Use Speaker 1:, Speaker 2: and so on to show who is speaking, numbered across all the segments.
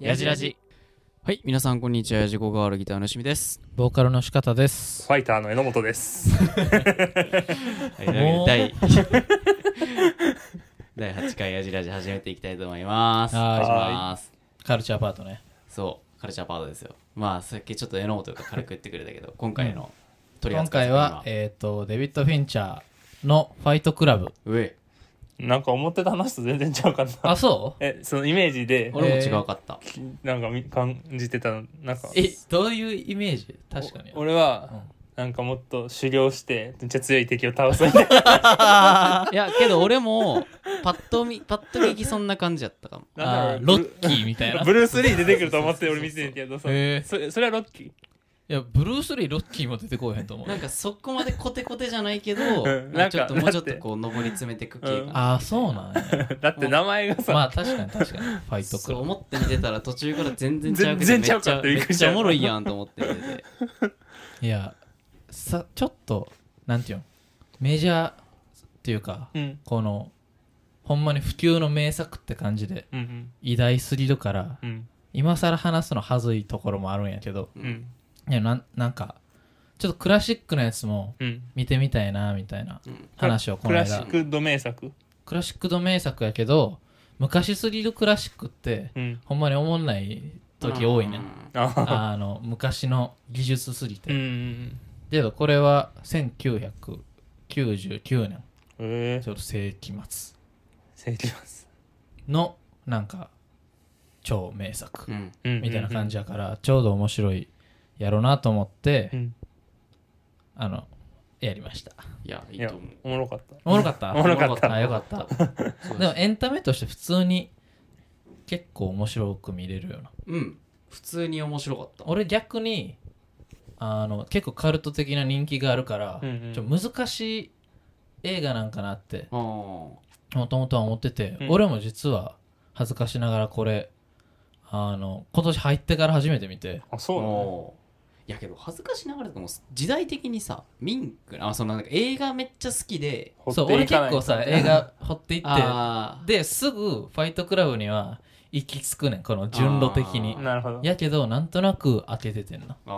Speaker 1: やじらじ
Speaker 2: はい、皆さんこんにちは。やじごがわるギターのしみです。
Speaker 1: ボーカルの仕方です
Speaker 3: ファイターの榎本です。
Speaker 2: はい、
Speaker 1: もう
Speaker 2: 第第8回やじラジ始めていきたいと思います。
Speaker 1: はい
Speaker 2: お願いします。
Speaker 1: カルチャーパートね
Speaker 2: そう、カルチャーパートですよ。まあ、さっきちょっと榎本が軽く言ってくれたけど、今回の取り
Speaker 1: 今
Speaker 2: 扱い
Speaker 1: 回は、えっ、とデビッド・フィンチャーのファイトクラ ブ
Speaker 2: 今上、
Speaker 3: なんか思ってた話と全然ちゃうかな。
Speaker 1: あそ
Speaker 3: え、そのイメージで、
Speaker 2: 俺も違うかった。
Speaker 3: なんかみ感じてたの、なんか
Speaker 1: う。えどういうイメージ確かに
Speaker 3: お俺は、なんかもっと修行して、めっちゃ強い敵を倒すみたい
Speaker 2: いや、けど俺も、パッと見、パッと右そんな感じやったかも。
Speaker 3: な。な
Speaker 1: あ
Speaker 3: ん
Speaker 1: ー
Speaker 3: だろ
Speaker 1: ロ
Speaker 3: う
Speaker 1: ッキーみたいな
Speaker 3: ブルブルース・リー出てくると思って俺見てんけどさ、
Speaker 1: へー
Speaker 3: それそれはロッキー
Speaker 1: いやブルース・リーロッキーも出てこえへんと思う
Speaker 2: なんかそこまでコテコテじゃないけど、
Speaker 3: うん
Speaker 2: なんかちょっと
Speaker 3: なん
Speaker 2: もう
Speaker 3: か
Speaker 2: ちょっとこう上り詰めていく系かな。
Speaker 1: ああそうなん や
Speaker 3: だって名前がさ、
Speaker 1: まあ確かに確かにファイトク
Speaker 2: そう
Speaker 1: ラブ
Speaker 2: 思って見てたら途中から全然違うけど
Speaker 3: 全
Speaker 2: め
Speaker 3: 然
Speaker 2: っち
Speaker 3: ちゃうか
Speaker 2: ゃ
Speaker 3: ってび
Speaker 2: め
Speaker 3: っ
Speaker 2: っ
Speaker 3: くりし
Speaker 2: ち
Speaker 3: た
Speaker 2: ゃおもろいやんと思って見てて
Speaker 1: いやさちょっとなんていうんメジャーっていうか
Speaker 3: うん
Speaker 1: このほんまに普及の名作って感じで
Speaker 3: うん
Speaker 1: 偉大すぎるから
Speaker 3: うんうん
Speaker 1: 今更話すのはずいところもあるんやけど
Speaker 3: うん
Speaker 1: いやなんなんかちょっとクラシックのやつも
Speaker 3: うん
Speaker 1: 見てみたいなみたいな
Speaker 2: うん
Speaker 1: 話をこ
Speaker 3: ク
Speaker 1: の
Speaker 3: ラシ
Speaker 1: 間
Speaker 3: ックド名作
Speaker 1: クラシックの名作やけど昔すぎるクラシックって
Speaker 3: うん
Speaker 1: ほんまにおもんない時多いね
Speaker 2: うん
Speaker 3: あ
Speaker 1: あの昔の技術すぎ
Speaker 3: ーう
Speaker 1: て
Speaker 3: ん
Speaker 1: けどこれは1999年
Speaker 3: ええ
Speaker 1: ちょっと世紀末
Speaker 3: 成長ます
Speaker 1: のなんか超名作
Speaker 2: うん
Speaker 1: みたいな感じやからちょうど面白いやろうなと思って
Speaker 3: うん
Speaker 1: あのやりました
Speaker 2: いやい
Speaker 3: い
Speaker 2: い
Speaker 3: や
Speaker 2: と思う
Speaker 3: おもろかった
Speaker 1: おもろかった
Speaker 3: おもろかった
Speaker 1: あよかった
Speaker 2: そう
Speaker 1: でもエンタメとして普通に結構面白く見れるような
Speaker 2: うん普通に面白かった
Speaker 1: 俺逆にあの結構カルト的な人気があるから、
Speaker 3: うんうん
Speaker 1: ちょっと難しい映画なんかなって
Speaker 2: あー
Speaker 1: もともとは思ってて、
Speaker 3: うん
Speaker 1: 俺も実は恥ずかしながらこれあの今年入ってから初めて見て
Speaker 3: あそうなの
Speaker 2: おーいやけど恥ずかしながらでも時代的にさ民クあそのなんか映画めっちゃ好きで
Speaker 3: 掘
Speaker 1: そう
Speaker 3: って
Speaker 1: 俺
Speaker 3: いか
Speaker 1: 結構さ
Speaker 3: ないと
Speaker 1: 映画掘っていって
Speaker 2: あ
Speaker 1: ですぐファイトクラブには行き着くねんこの順路的に
Speaker 2: あー
Speaker 3: なるほど
Speaker 1: やけどなんとなく開けててんな
Speaker 2: ーあ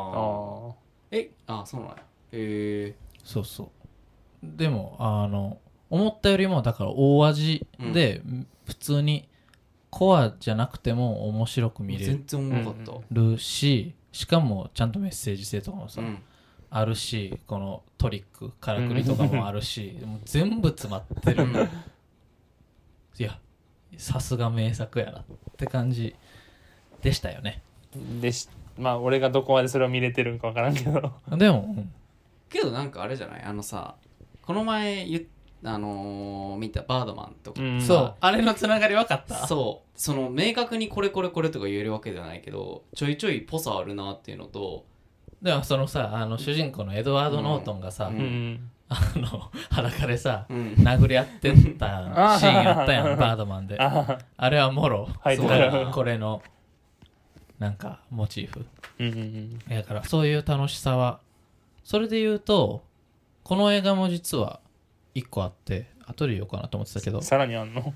Speaker 2: ー
Speaker 3: あ
Speaker 2: えあーそうなんやへえ
Speaker 1: そうそうでもあの思ったよりもだから大味で、普通にコアじゃなくても面白く見れ
Speaker 2: 全然おもろかっ
Speaker 1: るししかもちゃんとメッセージ性とかも
Speaker 2: た
Speaker 1: さ、
Speaker 2: うん
Speaker 1: あるしこのトリックからくりとかもあるし、もう全部詰まって
Speaker 2: う
Speaker 1: る
Speaker 2: ん
Speaker 1: いやさすが名作やなって感じでしたよね
Speaker 3: でしまあ俺がどこまでそれを見れてるんかわからんけど
Speaker 1: でも、うん
Speaker 2: けどなんかあれじゃないあのさこの前言っあのー見たバードマンとか、
Speaker 3: うん
Speaker 1: そうあれのつながり分かった
Speaker 2: そうその明確にこれこれこれとか言えるわけじゃないけどちょいちょいぽさあるなっていうのと
Speaker 1: でもそのさあの主人公のエドワード・ノートンがさ、
Speaker 2: うん
Speaker 3: うん
Speaker 1: あの裸でさ
Speaker 2: うん
Speaker 1: 殴り合ってたシーンあったやんバードマンで
Speaker 3: あはは
Speaker 1: あれはもろ
Speaker 3: はい
Speaker 1: そう
Speaker 2: だよ
Speaker 1: これのなんかモチーフ
Speaker 3: うんうんうん
Speaker 1: だからそういう楽しさはそれで言うとこの映画も実は1個あって後で言おうかなと思ってたけど
Speaker 3: さらにあんの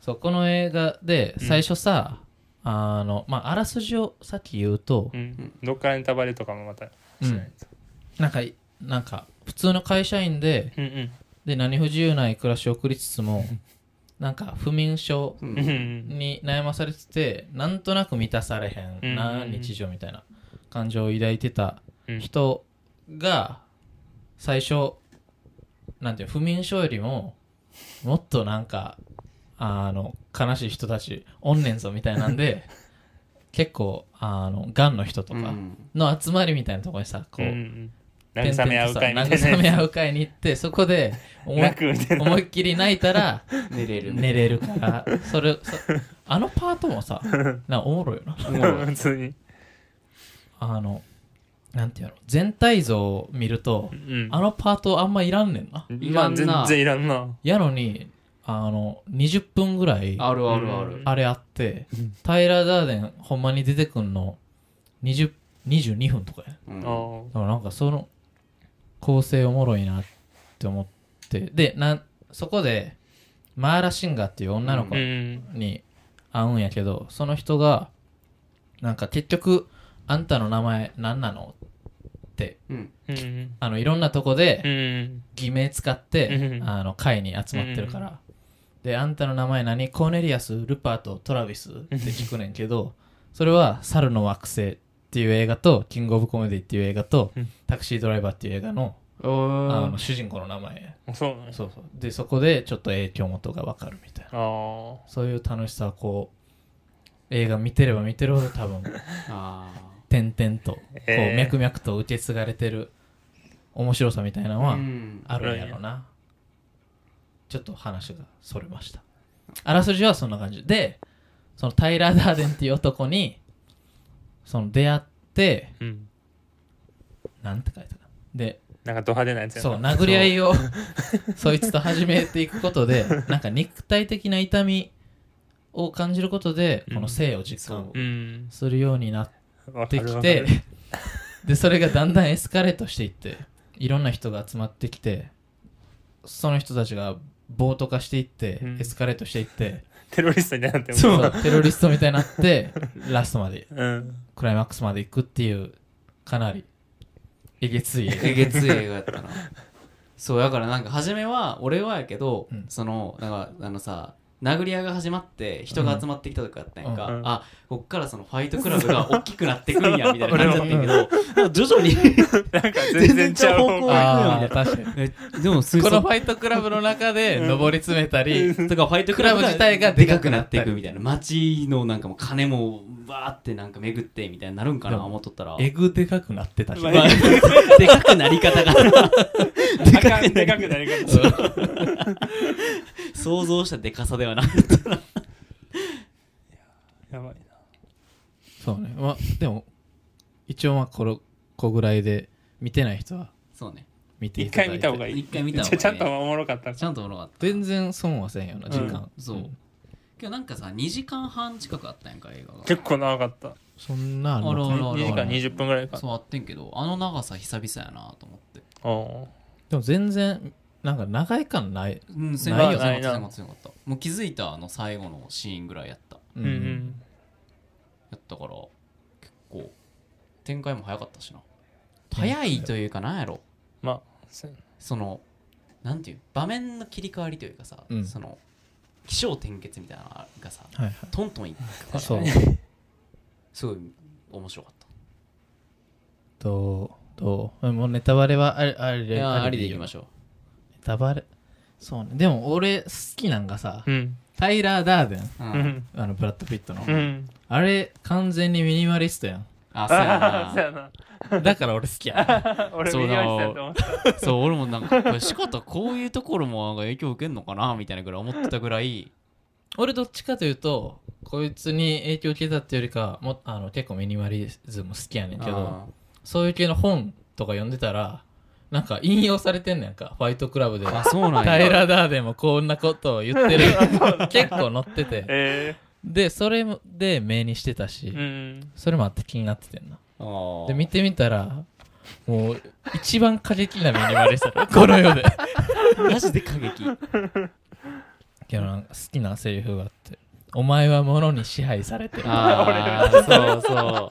Speaker 1: そうこの映画で最初さ、あのまああらすじをさっき言うと
Speaker 3: う、んどっからネタバレとかもまたしないと
Speaker 1: なんかなんか普通の会社員で
Speaker 3: うんうん
Speaker 1: で何不自由ない暮らしを送りつつもなんか不眠症
Speaker 2: うん
Speaker 3: うんうん
Speaker 1: に悩まされててなんとなく満たされへんな、
Speaker 3: うん
Speaker 1: 日常みたいな感情を抱いてた
Speaker 3: うん
Speaker 1: 人が最初なんていうの不眠症よりももっとなんかあの悲しい人たちおんねんぞみたいなん で結構あのがんの人と
Speaker 2: う
Speaker 1: か
Speaker 2: ん
Speaker 1: の集まりみたいなところにさこ
Speaker 3: う
Speaker 1: う、
Speaker 3: んうん慰め合う会みた
Speaker 1: 慰
Speaker 3: いな
Speaker 1: め合
Speaker 3: や
Speaker 1: う会に行ってそこで
Speaker 3: つ
Speaker 1: 思い
Speaker 3: 泣くみたいな
Speaker 1: 思いっきり泣いたら
Speaker 2: 寝れる
Speaker 1: 寝れるからそれそあのパートもさなおもろいよな
Speaker 2: おもろい
Speaker 3: 普通に
Speaker 1: あのなんていうの全体像を見ると
Speaker 3: うん
Speaker 1: あのパートあんまいらんねんな
Speaker 2: うん
Speaker 3: ま
Speaker 2: いらん
Speaker 3: あ全
Speaker 2: な
Speaker 3: 然いらんな
Speaker 1: やのにあの20分ぐらい
Speaker 2: あるあるあ
Speaker 3: う
Speaker 2: る
Speaker 3: ん
Speaker 1: あれあってタイラー・ダーデンほんまに出てくんの20 22分とかや
Speaker 2: う
Speaker 3: あ
Speaker 2: ん
Speaker 3: ー
Speaker 1: だからなんかその構成おもろいなって思ってでなんそこでマーラ・シンガーっていう女の子
Speaker 3: うん
Speaker 1: に会うんやけどその人がなんか結局あんたの名前何なのって
Speaker 2: うん。
Speaker 3: うん
Speaker 1: あのいろんなとこで
Speaker 3: うん
Speaker 1: 偽名使って、
Speaker 3: うん
Speaker 1: あの会に集まってるから、であんたの名前何コーネリアスルパーとトラビスって聞くねんけどそれは「猿の惑星」っていう映画と「キングオブコメディ」っていう映画と
Speaker 3: うん
Speaker 1: 「タクシードライバー」っていう映画のあの
Speaker 2: あ
Speaker 1: 主人公の名前
Speaker 3: あそうなんや
Speaker 1: そうそうでそこでちょっと影響元がわかるみたいな
Speaker 3: あー
Speaker 1: そういう楽しさはこう映画見てれば見てるほど多分
Speaker 2: あー。
Speaker 1: 点々とこう
Speaker 3: えー
Speaker 1: 脈々と受け継がれてる面白さみたいなのは、
Speaker 2: うん
Speaker 1: あるんやろなちょっと話がそれましたあらすじはそんな感じでそのタイラー・ダーデンっていう男にその出会って
Speaker 3: うん
Speaker 1: なんて書いたかで
Speaker 3: なんかド派手なやつやな
Speaker 1: そう殴り合いをそいつと始めていくことでなんか肉体的な痛みを感じることで
Speaker 3: うん
Speaker 1: この性を実
Speaker 2: そ
Speaker 1: 感
Speaker 3: うん
Speaker 1: するようになっ
Speaker 3: わか
Speaker 1: て
Speaker 3: るわ
Speaker 1: き
Speaker 3: か
Speaker 1: て
Speaker 3: る
Speaker 1: でそれがだんだんエスカレートしていっていろんな人が集まってきてその人たちが暴徒化していって、
Speaker 3: うん
Speaker 1: エスカレートしていって
Speaker 3: テロリストになっても
Speaker 1: そ、うテロリストみたいになって ラストまで
Speaker 3: うん、
Speaker 1: クライマックスまで行くっていうかなりえげつい映
Speaker 2: えげつい映画やったなそうだからなんか初めは俺はやけど、
Speaker 1: うん
Speaker 2: そのなんかあのさ殴り合いが始まって人が集まってきたとかやったんやんか、
Speaker 3: うんうん
Speaker 2: あこっからそのファイトクラブが大きくなってくんやみたいな感じだったんやけ
Speaker 1: 俺
Speaker 2: どでも徐々に
Speaker 3: なんか全然ちゃう
Speaker 2: 全然ちゃう
Speaker 3: 方
Speaker 2: 方向
Speaker 3: 向
Speaker 1: 画ああ確かに
Speaker 2: えでも水
Speaker 1: この
Speaker 2: 槽
Speaker 1: ファイトクラブの中で上り詰めたり
Speaker 2: とかファイトクラブ自体がでかくなっていくみたいな街のなんかもう金もバーってなんか巡ってみたいになるんか
Speaker 1: で
Speaker 2: な
Speaker 1: も
Speaker 2: 思っとったら
Speaker 1: えぐでかくなってたし
Speaker 3: ま あ
Speaker 2: まあでかくなり方が で
Speaker 3: あかんで
Speaker 2: か
Speaker 3: か
Speaker 2: くな
Speaker 3: くな
Speaker 2: り
Speaker 3: り方
Speaker 2: 想像したでかさではない
Speaker 3: やばい
Speaker 1: そうねまあでも一応まあこの子ぐらいで見てない人は
Speaker 2: そうね
Speaker 1: 見てい
Speaker 3: 一
Speaker 1: ただいて
Speaker 3: 回見た方がいい
Speaker 2: 一回見た方がいい
Speaker 3: ちゃちゃんとおもろかった
Speaker 2: ちゃんとおもろかった
Speaker 1: 全然損はせんよな時間、
Speaker 2: そう今日なんかさ2時間半近くあったやんか映画が
Speaker 3: 結構長かった
Speaker 1: そんなあんの
Speaker 2: あらあら
Speaker 3: 2時間20分ぐらいか
Speaker 2: そうあってんけどあの長さ久々やなと思って
Speaker 3: お
Speaker 1: でも全然なんか長い感ない、
Speaker 2: うん
Speaker 1: せ
Speaker 2: せ
Speaker 1: ん
Speaker 2: ん
Speaker 1: か
Speaker 2: か
Speaker 1: っ
Speaker 2: ったたせ
Speaker 3: ない
Speaker 2: ん
Speaker 3: な
Speaker 2: かったせんかったもう気づいたあの最後のシーンぐらいやった
Speaker 1: う
Speaker 3: うんうん
Speaker 2: やったから結構展開も早かったしな早いというかなんやろ
Speaker 3: まあそう
Speaker 2: そのなんていう場面の切り替わりというかさ、
Speaker 1: うん
Speaker 2: その起承転結みたいなのがさ
Speaker 1: はい
Speaker 2: トントンいく
Speaker 1: は
Speaker 2: か
Speaker 1: い
Speaker 2: ら
Speaker 1: そう
Speaker 2: すごい面白かった
Speaker 1: どうどうもうネタバレはありあり
Speaker 2: い
Speaker 1: で
Speaker 2: やありでい
Speaker 1: い
Speaker 2: きま
Speaker 1: ょ
Speaker 2: しょ
Speaker 1: うネタバレそうねでも俺好きなんがさ、
Speaker 3: うん
Speaker 1: タイラー・ダーデン
Speaker 2: う、う、
Speaker 3: うんん
Speaker 1: あのブラッド・ピットの、
Speaker 3: うん
Speaker 1: あれ完全にミニマリストや
Speaker 2: あ そうや
Speaker 3: ああそう
Speaker 2: な
Speaker 3: や な
Speaker 1: んだから俺好きやん
Speaker 3: 俺
Speaker 2: そう
Speaker 3: 見
Speaker 2: だ
Speaker 3: に行ってたと思った
Speaker 2: そう俺もなんかこれ仕方こういうところもなんか影響受けんのかなみたいなぐらい思ってたぐらい
Speaker 1: 俺どっちかというとこいつに影響受けたっていうよりかもあの結構ミニマリズム好きやねんけど
Speaker 2: あ
Speaker 1: そういう系の本とか読んでたら、なんか引用されてんねんか、ファイトクラブで。
Speaker 2: ーあそうなん
Speaker 1: タイ
Speaker 2: や
Speaker 1: ラー・ダーデンもこんなことを言ってる。 結構載ってて。
Speaker 3: え
Speaker 1: で、それで目にしてたし
Speaker 3: え、うん
Speaker 1: それもあって気になっててんな。
Speaker 2: あー
Speaker 1: で、見てみたら、もう、一番過激な目にまれし た。この世で。
Speaker 2: マジで過激
Speaker 1: けどなんか好きなセリフがあって、お前は物に支配されてる。
Speaker 2: ああそうそう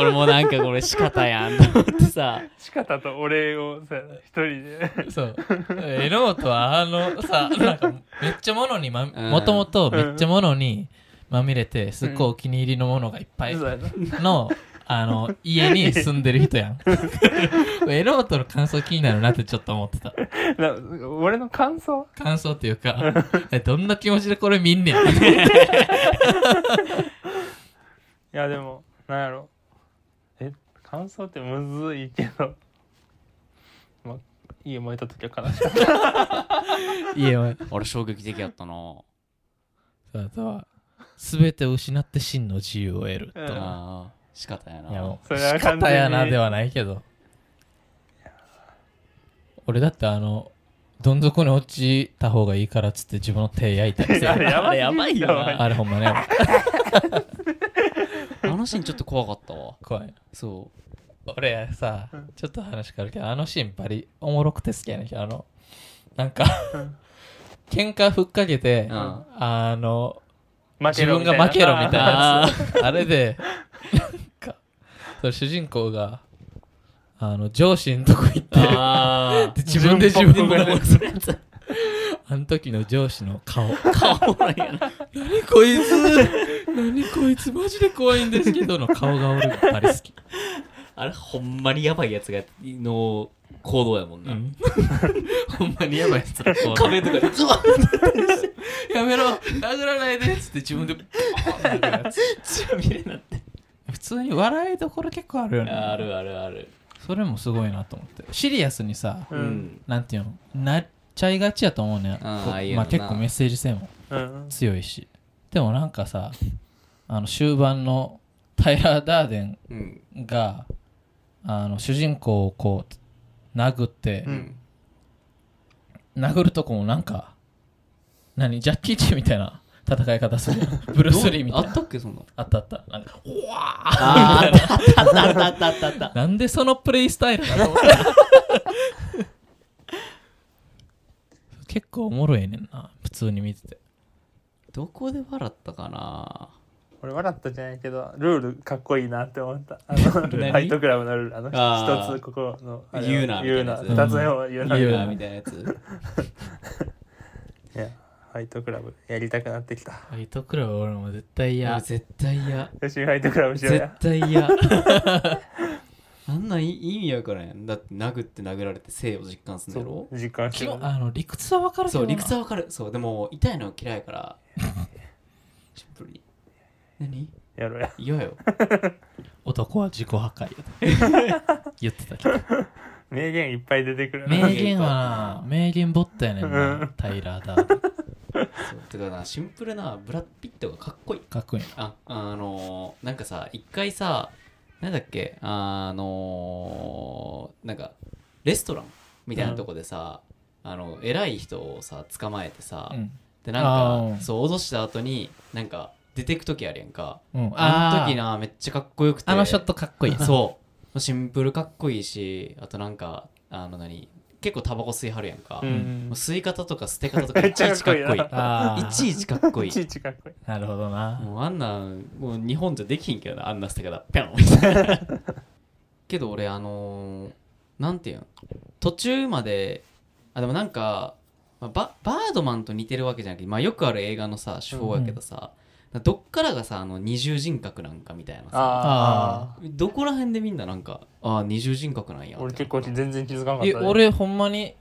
Speaker 2: 俺もなんかこれ仕方やんと思ってさ
Speaker 3: 仕方とお礼をそうやな一人で
Speaker 1: そう。エロートはあのさ、なんかめっちゃ物にま、
Speaker 2: うん
Speaker 1: もともとめっちゃ物にまみれて、すっごいお気に入りのものがいっぱい
Speaker 3: そうやな
Speaker 1: の、あの、家に住んでる人や ん。エロートの感想気になるなってちょっと思ってた。
Speaker 3: な俺の感想
Speaker 1: 感想っていうか、えどんな気持ちでこれ見んねや。
Speaker 3: いやでもなんやろえ感想ってむずいけどまあ家燃えた時は悲しかった
Speaker 1: 家は。
Speaker 2: 俺衝撃的やったな
Speaker 1: そうあとは、すべてを失って真の自由を得ると。
Speaker 3: うん
Speaker 1: い
Speaker 2: ああ仕方やな
Speaker 1: やもう、
Speaker 3: それは
Speaker 1: 仕
Speaker 3: 完全に
Speaker 1: 方やなではないけど。俺だってあの、どん底に落ちた方がいいからっつって自分の手焼いたりして
Speaker 3: あれやばすぎる
Speaker 2: あれやばいよな
Speaker 1: あれほんまね、
Speaker 2: あのシーンちょっと怖かったわ
Speaker 1: 怖い。
Speaker 2: そう
Speaker 1: 俺さ、ちょっと話変わるけど、あのシーンバリおもろくて好きやねんけど、あの、なんか、喧嘩ふっかけて、
Speaker 2: うん
Speaker 1: あの、
Speaker 3: 負
Speaker 1: 自
Speaker 3: けろ
Speaker 1: 分が
Speaker 3: みたいな
Speaker 1: 負けろみたいな
Speaker 2: あ
Speaker 1: あれでなんかそれ主人公があの上司のとこ行って
Speaker 2: あ
Speaker 1: で自分で自分の
Speaker 3: 順番
Speaker 1: も
Speaker 3: を
Speaker 1: つれたあの時の上司の 顔
Speaker 2: あおもろいやな
Speaker 1: 何こいつ何こいつマジで怖いんですけどの顔が俺があれ好 き、
Speaker 2: あれほんまにやばいやつがの行動やもんな、
Speaker 1: ほんまにやばいやつの顔
Speaker 2: 壁とかでズワ
Speaker 1: やめろ殴らないでっつって自分でボーンって殴るやつ
Speaker 2: ッ見れなって
Speaker 1: 普通に笑いどころ結構あるよね
Speaker 2: あるあるある
Speaker 1: それもすごいなと思ってシリアスにさ
Speaker 2: う、
Speaker 3: うんん
Speaker 1: なんていうのなっちゃいがちやと思うねん
Speaker 2: あーああいうの
Speaker 1: ま
Speaker 2: な
Speaker 1: あ結構メッセージ性も
Speaker 3: うん
Speaker 1: 強いしでもなんかさあの終盤のタイラー・ダーデン
Speaker 2: うん
Speaker 1: があの主人公をこう殴って
Speaker 2: う
Speaker 3: うんん、
Speaker 1: 殴るとこもなんか何ジャッキー・チェンみたいな戦い方す るやんブルース・リーみたい
Speaker 2: あ
Speaker 1: な
Speaker 2: ったっけそんな
Speaker 1: あったあったなんかうわー
Speaker 2: ああったあったあったあったあった
Speaker 1: なんでそのプレイスタイル だと思った結構おもろいねんな普通に見てて
Speaker 2: どこで笑ったかな
Speaker 3: 俺笑ったじゃないけどルールかっこいいなって思ったあのフ
Speaker 1: 何
Speaker 3: ァイトクラブのルールあの
Speaker 2: あー
Speaker 3: 一つここのあれを
Speaker 2: 言うなみた
Speaker 3: 言う
Speaker 2: いな
Speaker 3: な
Speaker 2: やつ
Speaker 3: 二つ目は言うな
Speaker 1: うん
Speaker 3: い
Speaker 1: 言う
Speaker 2: あーみたいなやつ
Speaker 3: やファイトクラブやりたくなってきた
Speaker 1: ファイトクラブ俺も絶対
Speaker 2: いや
Speaker 1: 嫌
Speaker 2: 絶対嫌
Speaker 3: よしファイトクラブしよう
Speaker 2: 絶
Speaker 3: や
Speaker 2: 対嫌 あんなんい意味わからんやんだって殴って殴られて性を実感するんだろ
Speaker 3: 実感し
Speaker 1: 基
Speaker 3: よ
Speaker 1: 本あの理屈は分かるけ
Speaker 2: そ
Speaker 1: ど
Speaker 2: う
Speaker 1: な
Speaker 2: 理屈はわかるそうでも痛いの嫌いからシンプルに何
Speaker 3: うやろうや
Speaker 2: 嫌よ
Speaker 1: 男は自己破壊や で言ってたけど
Speaker 3: 名言いっぱい出てくるな
Speaker 1: 名言はな名言ボットやねんなタイラーだ
Speaker 2: そうてかなシンプルなブラッドピットがかっこいい
Speaker 1: かっこいい
Speaker 2: あ
Speaker 1: な
Speaker 2: あのーなんかさ一回さなんだっけあのーなんかレストランみたいなとこでさ、あの偉い人をさ捕まえてさ、
Speaker 1: うん
Speaker 2: でなん
Speaker 1: あ
Speaker 2: か
Speaker 1: ー
Speaker 2: そう脅した後になんか出てく時あるやんか
Speaker 1: うん
Speaker 2: あの時
Speaker 1: ー
Speaker 2: なめっちゃかっこよくて
Speaker 1: あのショットかっこいい
Speaker 2: そうシンプルかっこいいしあとなんかあの何結構タバコ吸いはるやんか、
Speaker 3: う
Speaker 2: も
Speaker 3: ん
Speaker 2: う吸い方とか捨て方とか
Speaker 3: め
Speaker 2: い
Speaker 3: っ
Speaker 2: ち
Speaker 3: ちゃ
Speaker 2: い
Speaker 3: かっ
Speaker 2: ちか
Speaker 3: こ
Speaker 2: っ
Speaker 3: いいな
Speaker 2: こいい
Speaker 1: あー
Speaker 2: いちいちかっこい
Speaker 3: い
Speaker 2: い
Speaker 3: ちいちかっこいい
Speaker 1: なるほどな
Speaker 2: もうあんなもう日本じゃできひんけどなあんな捨て方ピョンみたいな けど俺あのーなんていうん途中まであでもなんか、まあ、ババードマンと似てるわけじゃなくて、まあ、よくある映画のさ手法やけどさ、どっからがさあの二重人格なんかみたいなさ
Speaker 3: あ
Speaker 2: どこら辺でみんななんかああ二重人格なんや
Speaker 3: あ俺
Speaker 2: って
Speaker 3: 結構全然気づかなかっ
Speaker 1: え
Speaker 3: たで
Speaker 1: 俺ほんまに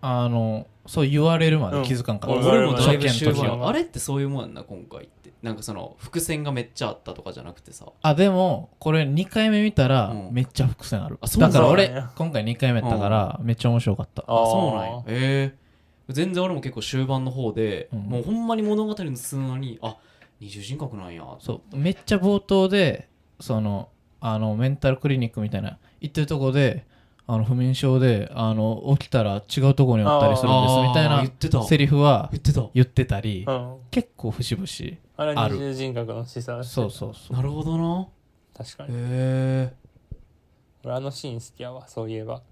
Speaker 1: あのそう言われるまで気づかんかった、
Speaker 3: うん
Speaker 2: 俺もだいぶ
Speaker 1: 初
Speaker 2: 終
Speaker 1: 見の時
Speaker 2: 盤
Speaker 1: は
Speaker 2: あれってそういうもんやんな今回ってなんかその伏線がめっちゃあったとかじゃなくてさ
Speaker 1: あでもこれ2回目見たら
Speaker 2: うん
Speaker 1: めっちゃ伏線ある、
Speaker 2: あそう
Speaker 1: だから
Speaker 3: そう
Speaker 1: 俺
Speaker 3: なんや
Speaker 1: 今回2回目やったからめっちゃ面白かった、
Speaker 3: あー
Speaker 2: そうなんやええ全然俺も結構終盤の方で、
Speaker 1: うん
Speaker 2: もうほんまに物語の進むのにあ二重人格なんや
Speaker 1: そうめっちゃ冒頭でそのあのメンタルクリニックみたいな行ってるとこであの不眠症であの起きたら違うとこにおったりするんです
Speaker 2: あー
Speaker 1: みたい
Speaker 2: 言っ
Speaker 1: な
Speaker 2: てた
Speaker 1: セ
Speaker 2: 言
Speaker 1: リフは
Speaker 2: ってた
Speaker 1: 言ってたり
Speaker 3: うん
Speaker 1: 結構節々
Speaker 3: あれ
Speaker 1: あ
Speaker 3: は
Speaker 1: る
Speaker 3: 二重人格の示唆
Speaker 1: そうそうそう
Speaker 2: なるほどな
Speaker 3: 確かに
Speaker 2: え
Speaker 3: 俺あのシーン好きやわそういえば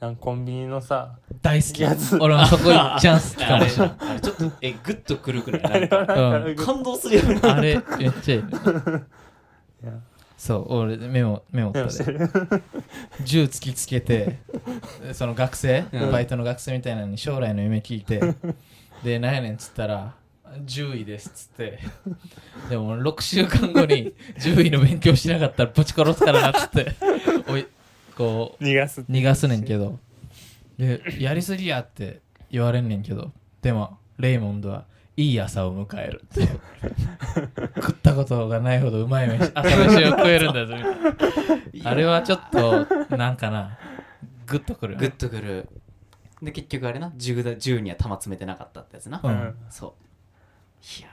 Speaker 3: なんかコンビニのさ
Speaker 1: 大好き
Speaker 3: やつ
Speaker 1: 俺もそこ行っちゃう好き
Speaker 2: え
Speaker 1: か
Speaker 2: あ
Speaker 1: も
Speaker 2: れ
Speaker 1: しれん
Speaker 2: あれちょっとえグッとくるくら
Speaker 3: あ
Speaker 2: いな
Speaker 3: れ
Speaker 2: んか
Speaker 3: はなんか、
Speaker 1: うん
Speaker 2: 感動するよね
Speaker 1: あれめっちゃいいね
Speaker 3: いや
Speaker 1: そう俺メモメモっ
Speaker 3: で
Speaker 1: た
Speaker 3: もし
Speaker 1: で
Speaker 3: てる
Speaker 1: 銃突きつけ てその学生、
Speaker 2: うん
Speaker 1: バイトの学生みたいなのに将来の夢聞い てで何やねんっつったら10位ですっつってでも6週間後に10位の勉強しなかったらぶち殺すからなっつ っておいこ
Speaker 3: 逃がすって
Speaker 1: う逃がすねんけどでやりすぎやって言われんねんけどでもレイモンドはいい朝を迎えるって 食ったことがないほどうまい飯朝飯を食えるんだぞみたいな。 あれはちょっと、なんかな、グッとくるよ
Speaker 2: グッ
Speaker 1: ね。
Speaker 2: とくるで結局あれな銃だ銃には弾詰めてなかったってやつな、
Speaker 1: う
Speaker 3: うんん
Speaker 2: そういや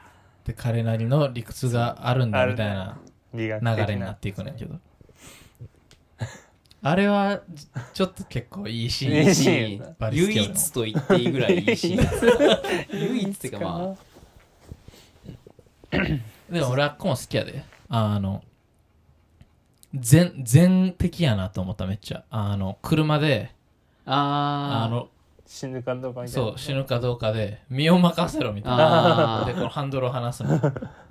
Speaker 1: で、彼なりの理屈があるんだみたいな
Speaker 3: 理学的
Speaker 1: 流れになっていくねんけど。あれは、ちちょっと結構いいシ
Speaker 3: い
Speaker 1: ー
Speaker 3: い
Speaker 1: ン。
Speaker 3: シーン
Speaker 1: バリスケ
Speaker 2: 唯
Speaker 1: 俺も
Speaker 2: 一と言っていいぐらいいいシ ーン唯一っていうかまあ
Speaker 1: でも俺はこも好きやで。あの、全、全的やなと思った、めっちゃ。あの、車で、
Speaker 2: あー
Speaker 1: あの、
Speaker 3: 死ぬかどうかみたいな
Speaker 1: そう死ぬかどうかで身を任せろみたいな
Speaker 2: あ
Speaker 1: でこのハンドルを離すの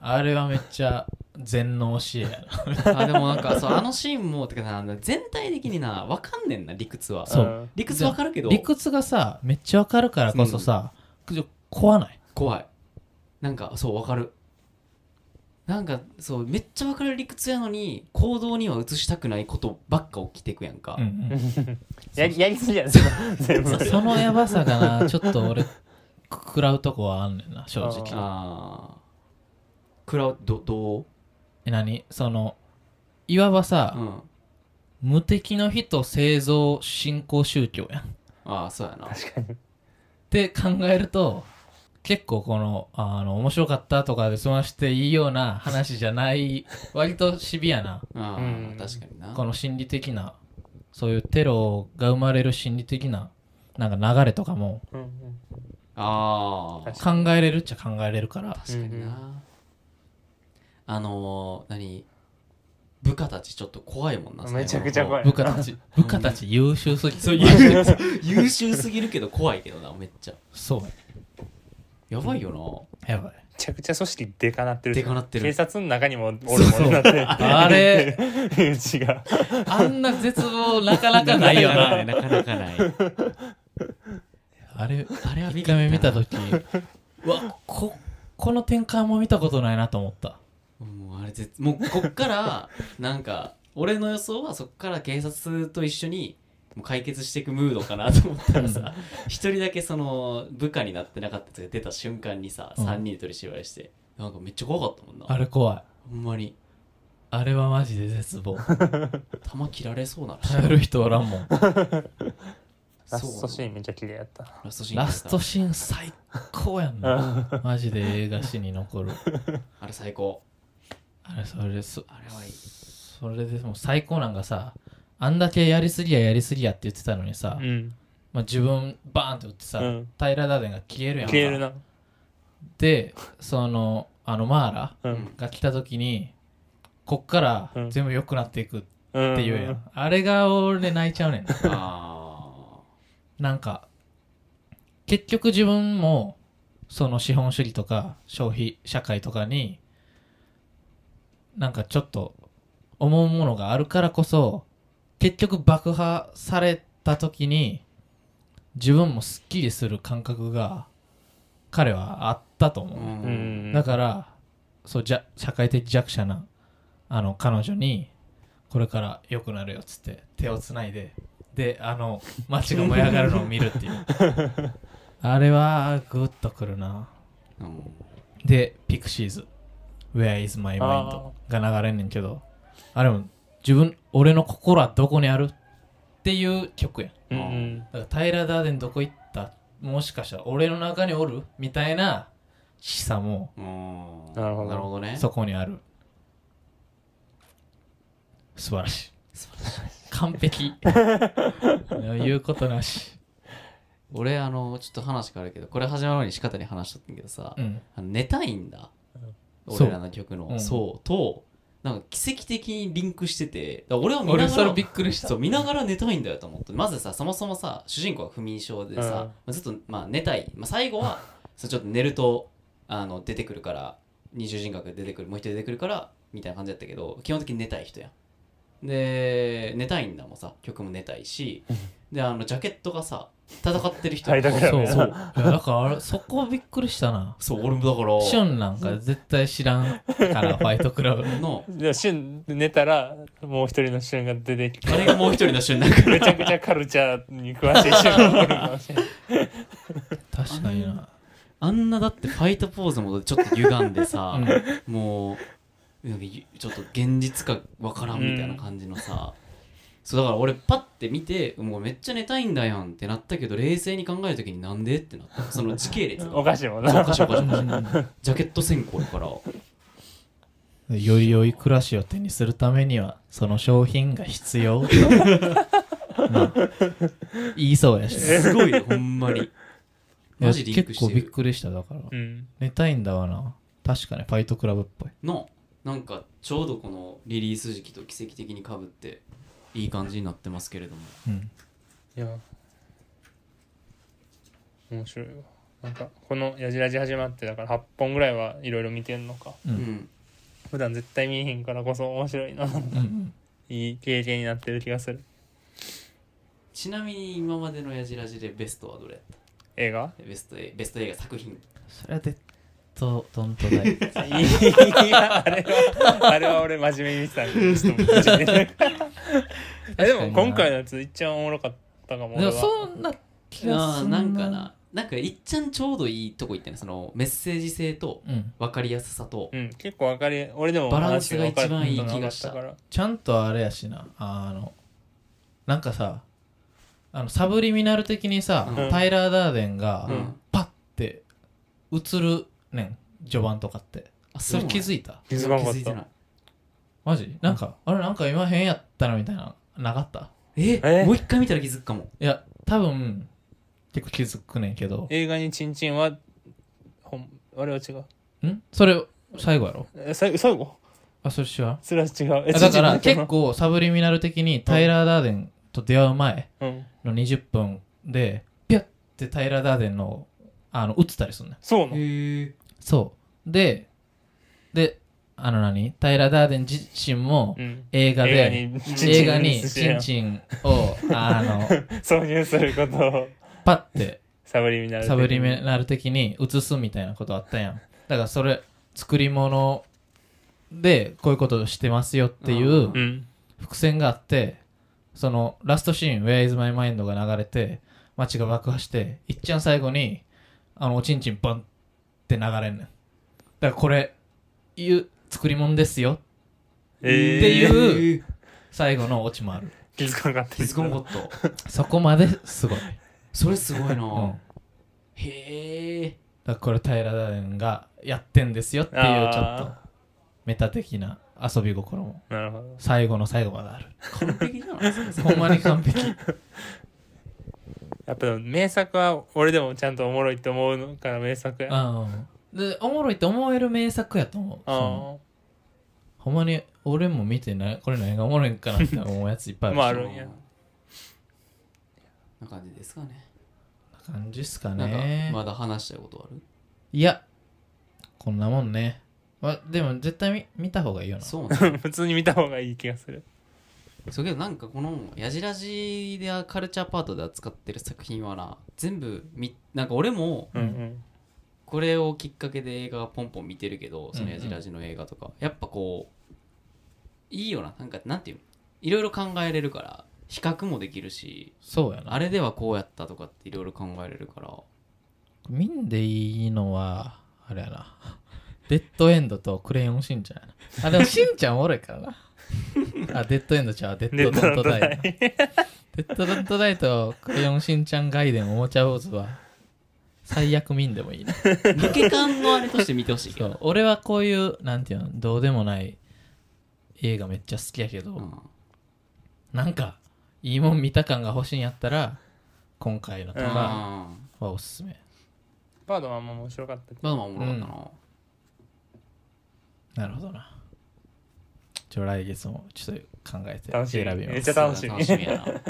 Speaker 1: あれはめっちゃ全能教えやな
Speaker 2: ーあでもなんかそうあのシーンもてかな全体的にな分かんねんな理屈は
Speaker 1: そう
Speaker 3: うん
Speaker 2: 理屈分かるけど
Speaker 1: 理屈がさめっちゃわかるからこそさ、く怖ない
Speaker 2: 怖いなんかそう分かるなんかそうめっちゃ分かる理屈やのに行動には移したくないことばっか起きてくやんか、
Speaker 1: うんうん
Speaker 3: やりやりすぎやんその全部
Speaker 1: そそのやばさがなちょっと俺く食らうとこはあんねんな正直
Speaker 2: ああ
Speaker 3: あ
Speaker 2: クラウドどう
Speaker 1: え何そのいわばさ、
Speaker 2: うんあ
Speaker 1: 無敵の人製造信仰宗教やんっ
Speaker 2: あーそうやな
Speaker 3: 確かに
Speaker 1: て考えると結構このあの面白かったとかで済ましていいような話じゃない割とシビアな
Speaker 2: ああ、
Speaker 3: うん
Speaker 2: 確かにな
Speaker 1: この心理的なそういうテロが生まれる心理的ななんか流れとかも
Speaker 3: うんうん
Speaker 2: ああ
Speaker 3: 確
Speaker 1: 考えれるっちゃ考えれるから
Speaker 2: 確かにな、
Speaker 3: うんう
Speaker 2: あのー、何部下たちちょっと怖いもんな
Speaker 3: めちゃくちゃ怖い
Speaker 1: 部下たち 部下たち優秀 すぎ
Speaker 2: そう優秀そう優秀すぎるけど怖いけどなめっちゃ
Speaker 1: そう
Speaker 2: やばいよ
Speaker 1: ややばい
Speaker 3: めちゃくちゃ組織でかなってる
Speaker 2: でかなってる
Speaker 3: 警察の中にもおるもんなって
Speaker 1: あれ
Speaker 3: 身内が
Speaker 1: あんな絶望なかなかないよ な
Speaker 2: なかなかない
Speaker 1: あれ
Speaker 2: あれは
Speaker 1: 1
Speaker 2: 見
Speaker 1: 回目見た時うわここの展開も見たことないなと思った
Speaker 2: もうあれ絶もうこっからなんか俺の予想はそっから警察と一緒にもう解決していくムードかなと思ったらさ一人だけその部下になってなかったやつが出た瞬間にさ
Speaker 1: うん
Speaker 2: 3人で取り締まりしてなんかめっちゃ怖かったもんな
Speaker 1: あれ怖い
Speaker 2: ほんまに
Speaker 1: あれはマジで絶望
Speaker 2: 弾切られそうならしい
Speaker 1: 頼る人おらんもん
Speaker 3: ラストシ
Speaker 2: そう
Speaker 3: ーンめっちゃ綺麗やった
Speaker 2: ラストシーン
Speaker 1: ラストシーン最高やん なマジで映画史に残る
Speaker 2: あれ最高
Speaker 1: あれそれそ
Speaker 2: あれはいい
Speaker 1: それでもう最高なんかさあんだけやりすぎややりすぎやって言ってたのにさ、
Speaker 3: うん
Speaker 1: まあ、自分バーンって打ってさ、
Speaker 3: うん
Speaker 1: 平ダーデンが消えるやんか
Speaker 3: 消えるな
Speaker 1: でそのあのマーラ
Speaker 3: うん
Speaker 1: が来た時にこっから
Speaker 3: うん
Speaker 1: 全部良くなっていくって
Speaker 3: うん
Speaker 1: いうやん、あれが俺泣いちゃうねん
Speaker 2: あ
Speaker 1: なんか結局自分もその資本主義とか消費社会とかになんかちょっと思うものがあるからこそ結局爆破された時に自分もすっきりする感覚が彼はあったと
Speaker 2: ー
Speaker 1: 思う、
Speaker 3: う
Speaker 2: うん
Speaker 3: ん
Speaker 1: だからそうじゃ社会的弱者なあの彼女にこれから良くなるよっつって手をつないでであの街が燃え上がるのを見るっていう あれはグッとくるな
Speaker 2: うん
Speaker 1: でピクシーズ「Where is my mind
Speaker 3: あ」
Speaker 1: が流れんねんけどあれも自分俺の心はどこにあるっていう曲やん
Speaker 3: うんうん
Speaker 1: だからタイラー・ダーデンどこ行ったもしかしたら俺の中におるみたいな示唆も
Speaker 2: うん
Speaker 3: なるほど
Speaker 2: なるほどね
Speaker 1: そこにある。素晴らしい。完璧。 言うことなし。
Speaker 2: 俺あのちょっと話変わるけどこれ始まる前に仕方に話しとったんだけどさ、
Speaker 1: うん。
Speaker 2: あの寝たいんだ、
Speaker 1: うん
Speaker 2: 俺らの曲の
Speaker 1: そう
Speaker 2: そう,、
Speaker 1: うん
Speaker 2: となんか奇跡的にリンクしててだから俺は見な
Speaker 1: 俺
Speaker 2: が
Speaker 1: それ
Speaker 2: ら
Speaker 1: びっくりした。
Speaker 2: そう見ながら寝たいんだよと思ってまずさそもそもさ主人公は不眠症で
Speaker 3: うん
Speaker 2: さ、まあずっと、まあ、寝たい、まあ、最後はそうちょっと寝るとあの出てくるから二重人格が出てくるもう一人出てくるからみたいな感じだったけど基本的に寝たい人やんで寝たいんだもんさ曲も寝たいしであのジャケットがさ戦ってる人
Speaker 3: タイ
Speaker 2: やん
Speaker 3: トルや
Speaker 1: そう。
Speaker 3: ね
Speaker 1: そういやだからあれそこびっくりしたな。
Speaker 2: そう俺もだから
Speaker 1: シュンなんか絶対知らんか ら、ファイトクラブ。
Speaker 2: の
Speaker 3: でシュン寝たらもう一人のシュンが出てき て
Speaker 2: あれがもう一人の瞬間
Speaker 3: めちゃくちゃカルチャーに詳しいシュンがおるかもしれない
Speaker 1: 確かにな。
Speaker 2: あんなだってファイトポーズもちょっと歪んで
Speaker 1: う
Speaker 2: さ
Speaker 1: ん、
Speaker 2: もうなんかゆちょっと現実かわからんみたいな感じのさ、そうだから俺パッて見てもうめっちゃ寝たいんだやんってなったけど冷静に考える時になんでってなったその時系列が
Speaker 3: おかしいもん
Speaker 2: そうお
Speaker 3: な
Speaker 2: かしいおかしいおかしいジャケット選考やから
Speaker 1: より良い暮らしを手にするためには、その商品が必 要。な言いそうやし。
Speaker 2: すごいよほんまに
Speaker 1: いや
Speaker 2: マジリンク
Speaker 1: 結
Speaker 2: し
Speaker 1: 構
Speaker 2: て
Speaker 1: びっ
Speaker 2: る
Speaker 1: くりした、だから。
Speaker 3: うん
Speaker 1: 寝たいんだわな。確かに、ファイトクラブっぽい。
Speaker 2: のなんかちょうどこのリリース時期と奇跡的にかぶっていい感じになってますけれども
Speaker 1: うん。
Speaker 3: いや面白いわなんかこの「やじらじ」始まってだから8本ぐらいはいろいろ見てんのか
Speaker 1: う
Speaker 2: うんん
Speaker 3: 普段絶対見えへんからこそ面白いな
Speaker 1: うんうん
Speaker 3: いい経験になってる気がする
Speaker 2: ちなみに今までのやじらじでベストはどれやっ
Speaker 3: 映画
Speaker 2: たベストえベスト映画作品
Speaker 1: それはデッドドントダイ
Speaker 3: いやあれはあれは俺真面目に見てたんでちょっと無知でえでも今回のやつ一番おもろかったかも
Speaker 1: で
Speaker 3: 俺
Speaker 1: も
Speaker 3: は
Speaker 1: そんな気が
Speaker 2: あ
Speaker 1: す
Speaker 2: ー
Speaker 1: る
Speaker 2: なんかななんかいっちゃんちょうどいいとこ言ってねそのメッセージ性と
Speaker 1: うん
Speaker 2: 分かりやすさと
Speaker 3: うん結構わかり俺でも
Speaker 2: バランスが一番
Speaker 3: 話
Speaker 2: いい気
Speaker 3: 分か
Speaker 2: が
Speaker 3: っ
Speaker 2: した
Speaker 3: たから
Speaker 1: ちゃんとあれやしなあのなんかさあのサブリミナル的にさ、
Speaker 2: うん
Speaker 1: タイラー・ダーデンが、
Speaker 2: うん
Speaker 1: パッて映るねん序盤とかって
Speaker 2: あ
Speaker 1: それ気づいた
Speaker 3: 気づかなか
Speaker 2: 気づ
Speaker 3: っ
Speaker 2: いて
Speaker 3: た
Speaker 2: ない
Speaker 1: マジなんか、あれなんか今変やったなみたいななかった
Speaker 2: え
Speaker 3: え
Speaker 2: もう一回見たら気づくかも
Speaker 1: いや多分結構気づくねんけど
Speaker 3: 映画にチンチンはほんあれは違うん
Speaker 1: それ最後やろ
Speaker 3: え最後最後
Speaker 1: あそれ知らん
Speaker 3: それは違うえ
Speaker 1: あだか
Speaker 3: チ
Speaker 1: ら
Speaker 3: ンチン
Speaker 1: 結構サブリミナル的にタイラー・ダーデンと出会う前、
Speaker 3: うん
Speaker 1: の20分でピャッてタイラー・ダーデンのあの打ってたりするね
Speaker 3: そうなの
Speaker 2: へえ
Speaker 1: そうでであの何タイラー・ダーデン自身も
Speaker 3: うん
Speaker 1: 映画で、
Speaker 3: に
Speaker 1: 映画にチ
Speaker 3: チ
Speaker 1: ン
Speaker 3: ンチ
Speaker 1: チンをあ の
Speaker 3: ン挿入することを
Speaker 1: パッて
Speaker 3: サブリミナル
Speaker 1: サブリミナル的に映すみたいなことあったやんだからそれ作り物でこういうことをしてますよっていううん
Speaker 3: うん
Speaker 1: 伏線があってそのラストシーン「Where is my mind」が流れて街が爆破していっちゃん最後にあのおちんちんバンって流れんねんだからこれいう作り物ですよ
Speaker 3: え
Speaker 1: って
Speaker 3: ー
Speaker 1: いう最後のオチもある
Speaker 3: 気づかなかった
Speaker 2: 気づかなかった
Speaker 1: そこまですごい、
Speaker 2: それすごい
Speaker 1: うん、だ
Speaker 2: な
Speaker 1: か
Speaker 2: へえ
Speaker 1: らこれ平ダーデンがやってんですよっていう
Speaker 3: あー
Speaker 1: ちょっとメタ的な遊び心も
Speaker 3: なるほど
Speaker 1: 最後の最後まである
Speaker 2: 完璧じゃないですか
Speaker 1: ほんまに完璧
Speaker 3: やっぱでも名作は俺でもちゃんとおもろいと思うのから名作やあ
Speaker 1: うんでおもろいって思える名作やと思うその
Speaker 3: あ
Speaker 1: ほんまに俺も見てなこれ何がおもろいんかなって思うやついっぱいあるし、
Speaker 3: まああるんや
Speaker 2: な感じですかね
Speaker 1: こんな感じっすか
Speaker 2: なんか
Speaker 1: ね
Speaker 2: まだ話したいことある
Speaker 1: いやこんなもんね、まあ、でも絶対見見た方がいいよな
Speaker 2: そうね
Speaker 3: 普通に見た方がいい気がする
Speaker 2: そうけどなんかこのやじらじでカルチャーパートで扱ってる作品はな全部みなんか俺も
Speaker 3: うんうん
Speaker 2: これをきっかけで映画ポンポン見てるけどそ
Speaker 1: うん
Speaker 2: の
Speaker 1: うん
Speaker 2: やじらじの映画とか、やっぱこういいよななんかなんていうのいろいろ考えれるから比較もできるし
Speaker 1: そうやな
Speaker 2: あれではこうやったとかっていろいろ考えれるから
Speaker 1: 見んでいいのはあれやな デッドエンドとクレヨンしんちゃんやなあでもしんちゃんおもろいからなあデッドエンドちゃうデッドドントダイな
Speaker 3: イ
Speaker 1: デッドドントダイとクレヨンしんちゃんガイデンおもちゃ坊主は最悪見んでもいいな
Speaker 2: 抜け感のあれとして見てほしいけ
Speaker 1: そ
Speaker 2: ど
Speaker 1: う俺はこういうなんていうのどうでもない映画めっちゃ好きやけど、
Speaker 2: うん
Speaker 1: なんかいいもん見た感が欲しいんやったら今回のと
Speaker 3: うん
Speaker 1: か
Speaker 2: あー
Speaker 1: はおすすめ、
Speaker 3: バードマンも面白かった
Speaker 2: まあまあおもろかったな、
Speaker 1: なるほどなちょ来月もちょっと考えて
Speaker 3: 楽しみ
Speaker 1: 選び
Speaker 3: め
Speaker 1: ま
Speaker 3: っ
Speaker 1: す
Speaker 3: ちゃ楽しみ
Speaker 2: 楽しみやな こんな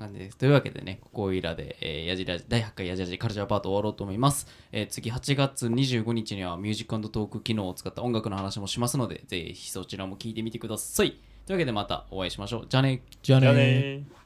Speaker 2: 感じですというわけでね、ここいらで、えー、やじらじ第8回やじらじカルチャーパート終わろうと思います。えー次8月25日にはミュージックトーク機能を使った音楽の話もしますので、ぜひそちらも聞いてみてください。というわけでまたお会いしましょう。じゃあね
Speaker 1: じゃあ
Speaker 3: じ
Speaker 1: ね
Speaker 3: ゃあ
Speaker 1: ー
Speaker 3: ねー